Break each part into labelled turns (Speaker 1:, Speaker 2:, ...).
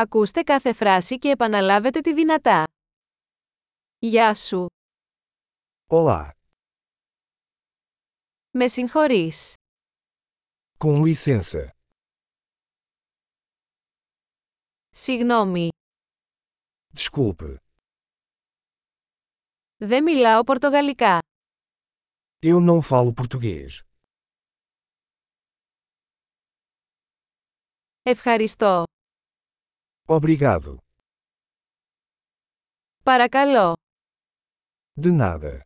Speaker 1: Ακούστε κάθε φράση και επαναλάβετε τη δυνατά. Γεια σου.
Speaker 2: Olá,
Speaker 1: Με συγχωρείς.
Speaker 2: com licença.
Speaker 1: Συγγνώμη.
Speaker 2: Desculpe,
Speaker 1: Δεν μιλάω πορτογαλικά.
Speaker 2: eu não falo português.
Speaker 1: Ευχαριστώ.
Speaker 2: Obrigado.
Speaker 1: Παρακαλώ.
Speaker 2: De nada.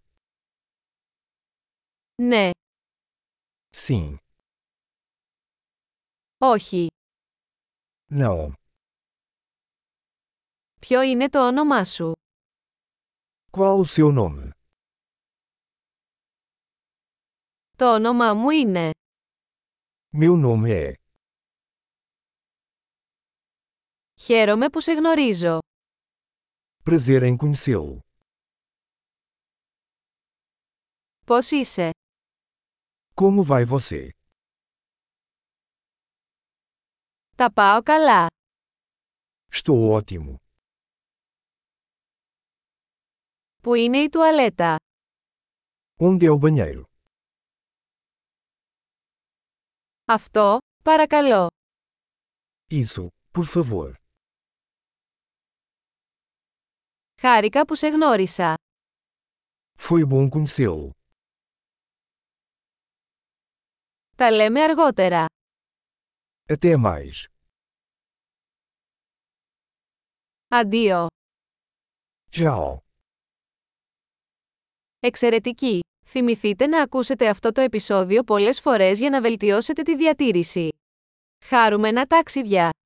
Speaker 1: Ναι.
Speaker 2: Sim.
Speaker 1: Όχι.
Speaker 2: Não.
Speaker 1: Ποιο είναι το όνομά σου.
Speaker 2: Qual o seu nome?
Speaker 1: Το όνομά μου είναι.
Speaker 2: Meu nome é.
Speaker 1: Χαίρομαι που σε γνωρίζω.
Speaker 2: Prazer em conhecê-lo.
Speaker 1: Πώς είσαι.
Speaker 2: Como vai você?
Speaker 1: Τα πάω καλά.
Speaker 2: Estou ótimo.
Speaker 1: Πού είναι η τουαλέτα.
Speaker 2: Onde é o banheiro?
Speaker 1: Αυτό, παρακαλώ.
Speaker 2: Isso, por favor.
Speaker 1: Χάρηκα που σε γνώρισα.
Speaker 2: Foi bom conhecê-lo.
Speaker 1: Τα λέμε αργότερα.
Speaker 2: Até mais.
Speaker 1: Αντίο.
Speaker 2: Tchau.
Speaker 1: Εξαιρετική! Θυμηθείτε να ακούσετε αυτό το επεισόδιο πολλές φορές για να βελτιώσετε τη διατήρηση. Χάρουμενα ταξίδια!